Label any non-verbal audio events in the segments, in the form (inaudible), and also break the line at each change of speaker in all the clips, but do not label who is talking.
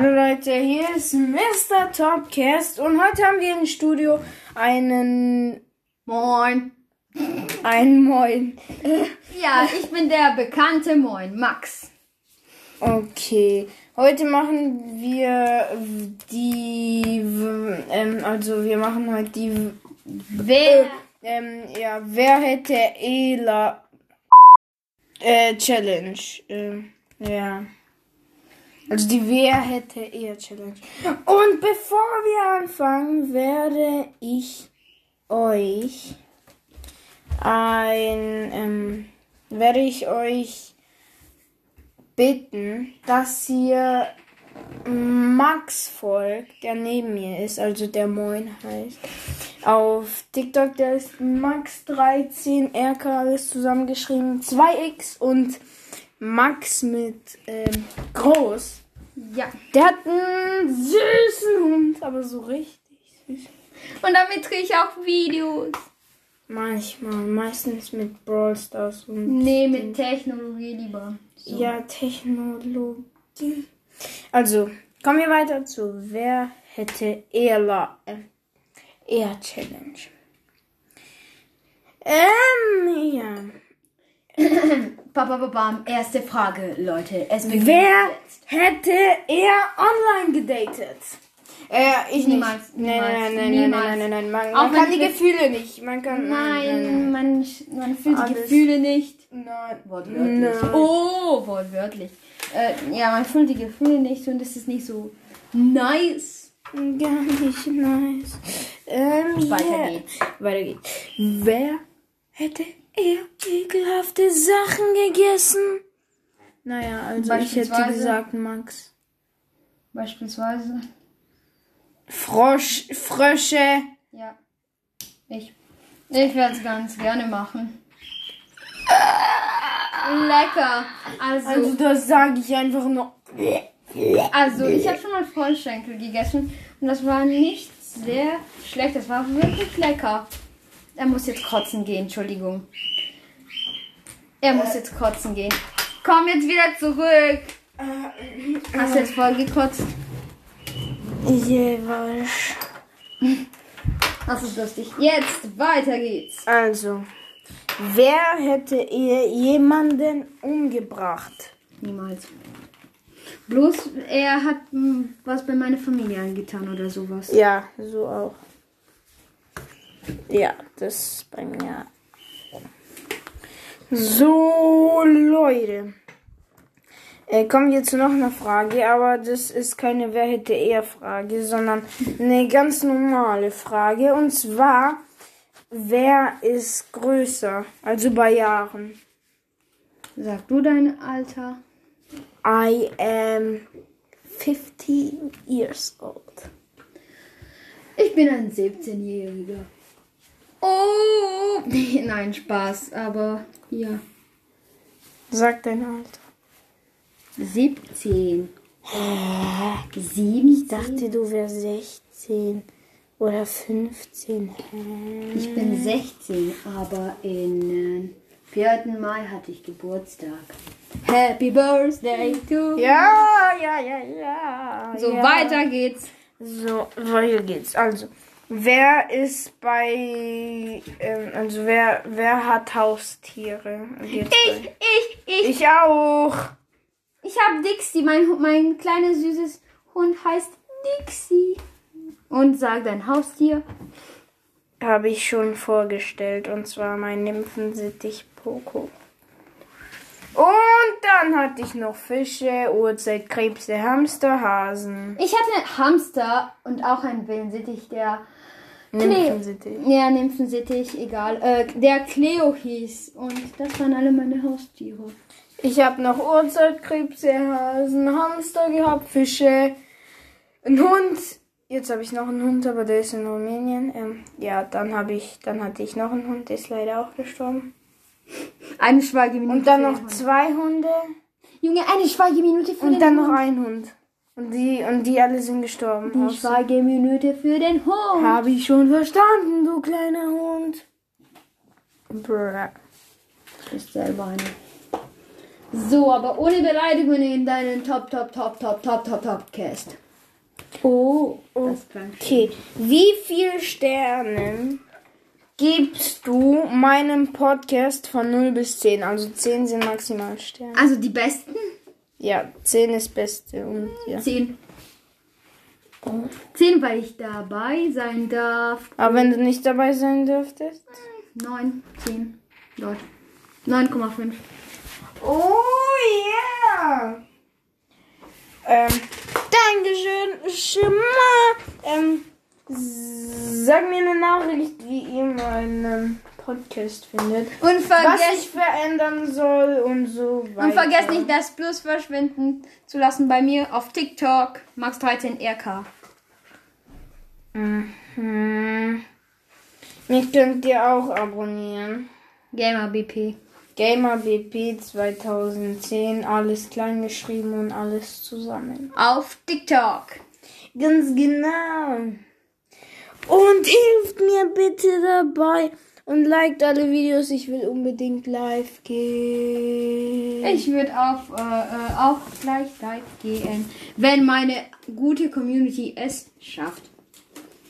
Hallo Leute, hier ist Mr. Topcast und heute haben wir im Studio einen
Moin.
einen Moin.
Ja, ich bin der bekannte Moin, Max.
Okay, heute machen wir die, ähm, also wir machen heute die,
Wer?
ähm, ja, wer hätte Ela äh, Challenge, ähm, ja. Also die Wer hätte eher Challenge. Und bevor wir anfangen, werde ich euch ein, ähm, werde ich euch bitten, dass ihr Max folgt, der neben mir ist, also der Moin heißt. Auf TikTok, der ist Max13RK, alles zusammengeschrieben, 2x und Max mit ähm, groß.
Ja.
Der hat einen süßen Hund, aber so richtig süß.
Und damit kriege ich auch Videos.
Manchmal, meistens mit Brawl Stars und
Nee, mit Technologie lieber. So.
ja, Technologie. Also, kommen wir weiter zu Wer hätte eher La äh, eher Challenge. Ähm, ja.
Ba, ba, ba, bam. Erste Frage, Leute. Es beginnt
Wer
jetzt.
hätte eher online gedatet? Äh, ich
Niemals,
nicht. Nein, nein, nein, nein,
niemals,
nein, nein, nein, nein. Man,
Auch
man kann
wenn
die
wir-
Gefühle nicht. Man kann.
Nein, man, man fühlt die
Alles.
Gefühle nicht.
Nein.
Wortwörtlich.
Nein.
Oh, wortwörtlich. Äh, ja, man fühlt die Gefühle nicht und es ist nicht so nice.
Gar nicht nice. Ähm,
Weiter
yeah.
geht's.
Weiter geht's. Wer hätte eher ekelhafte Sachen gegessen? Naja, also ich hätte
Beispielsweise-
gesagt, Max.
Beispielsweise.
Frosch, Frösche.
Ja. Ich. Ich werde es ganz gerne machen. Lecker. Also,
Also
also,
das sage ich einfach nur.
ich habe schon mal Vollschenkel gegessen und das war nicht sehr schlecht. Das war wirklich lecker. Er muss jetzt kotzen gehen, Entschuldigung. Er muss jetzt kotzen gehen. Komm jetzt wieder zurück. Hast du jetzt voll gekotzt?
Jeweils.
Das ist lustig. Jetzt weiter geht's.
Also, wer hätte eher jemanden umgebracht?
Niemals. Bloß er hat hm, was bei meiner Familie angetan oder sowas.
Ja, so auch. Ja, das ist bei mir. So, Leute. Äh, kommen wir zu noch einer Frage, aber das ist keine Wer hätte eher Frage, sondern eine ganz normale Frage. Und zwar, wer ist größer? Also bei Jahren.
Sag du dein Alter.
I am 15 years old.
Ich bin ein 17-Jähriger. Oh! (laughs) Nee, nein, Spaß, aber ja.
Sag dein Alter.
17. 7?
Ich dachte, du wärst 16 oder 15. Hä?
Ich bin 16, aber in äh, 4. Mai hatte ich Geburtstag. Happy Birthday to
Ja, ja, ja, ja.
So,
ja.
weiter geht's.
So, weiter geht's. Also, wer ist bei. Ähm, also, wer, wer hat Haustiere? Geht's
Ich,
bei-
ich, ich.
Ich auch.
Ich habe Dixie. Mein, Hu- mein kleines süßes Hund heißt Dixie. Und sag dein Haustier.
Habe ich schon vorgestellt. Und zwar mein Nymphensittich Poco. Und dann hatte ich noch Fische, Uhrzeitkrebse, Hamster, Hasen.
Ich hatte Hamster und auch einen Wellensittich, der.
Nymphensittich.
Ja, Nymphensittich, egal. Äh, der Cleo hieß. Und das waren alle meine Haustiere.
Ich habe noch Uhrzeitkrebse, Hasen, Hamster gehabt, Fische, einen Hund. Jetzt habe ich noch einen Hund, aber der ist in Rumänien. Ähm, ja, dann habe ich, dann hatte ich noch einen Hund, der ist leider auch gestorben.
Eine Schweigeminute.
Und dann
für
noch
den Hund.
zwei Hunde
Junge, eine Schweigeminute für
und
den
dann
Hund.
noch ein Hund. Und die und die alle sind gestorben.
Eine
Außer-
Schweigeminute für den Hund.
Habe ich schon verstanden, du kleiner Hund. Brr.
Ist selber eine. So, aber ohne Beleidigungen in deinen Top, Top, Top, Top, Top, Top, Top Cast.
Oh,
Das klang
okay. Wie viele Sterne gibst du meinem Podcast von 0 bis 10? Also 10 sind maximal Sterne.
Also die besten?
Ja, 10 ist Beste. Und, ja.
Zehn. Zehn, weil ich dabei sein darf.
Aber wenn du nicht dabei sein dürftest?
Neun, zehn. Dort. 9,5.
Oh yeah! Ähm, Dankeschön, Schimmer. Ähm, sag mir eine Nachricht, wie ihr meinen Podcast findet.
Und
Was
vergesst
ich verändern soll und so weiter.
Und vergesst nicht, das Plus verschwinden zu lassen bei mir auf TikTok Max13RK.
Hm. Mich könnt ihr auch abonnieren.
Gamer BP.
Gamer BP 2010, alles klein geschrieben und alles zusammen.
Auf TikTok.
Ganz genau. Und hilft mir bitte dabei und liked alle Videos. Ich will unbedingt live gehen.
Ich würde auf, äh, äh, auch gleich live gehen, wenn meine gute Community es schafft.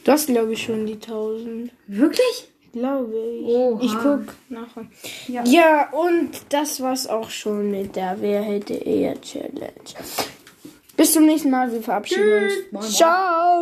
Du hast, glaube ich, schon die 1000.
Wirklich?
Glaube ich.
Oha.
Ich guck nachher.
Ja.
Ja. und das war's auch schon mit der Wer hätte eher Challenge. Bis zum nächsten Mal. Wir verabschieden
Tschüss. Moin, moin.
uns. Ciao.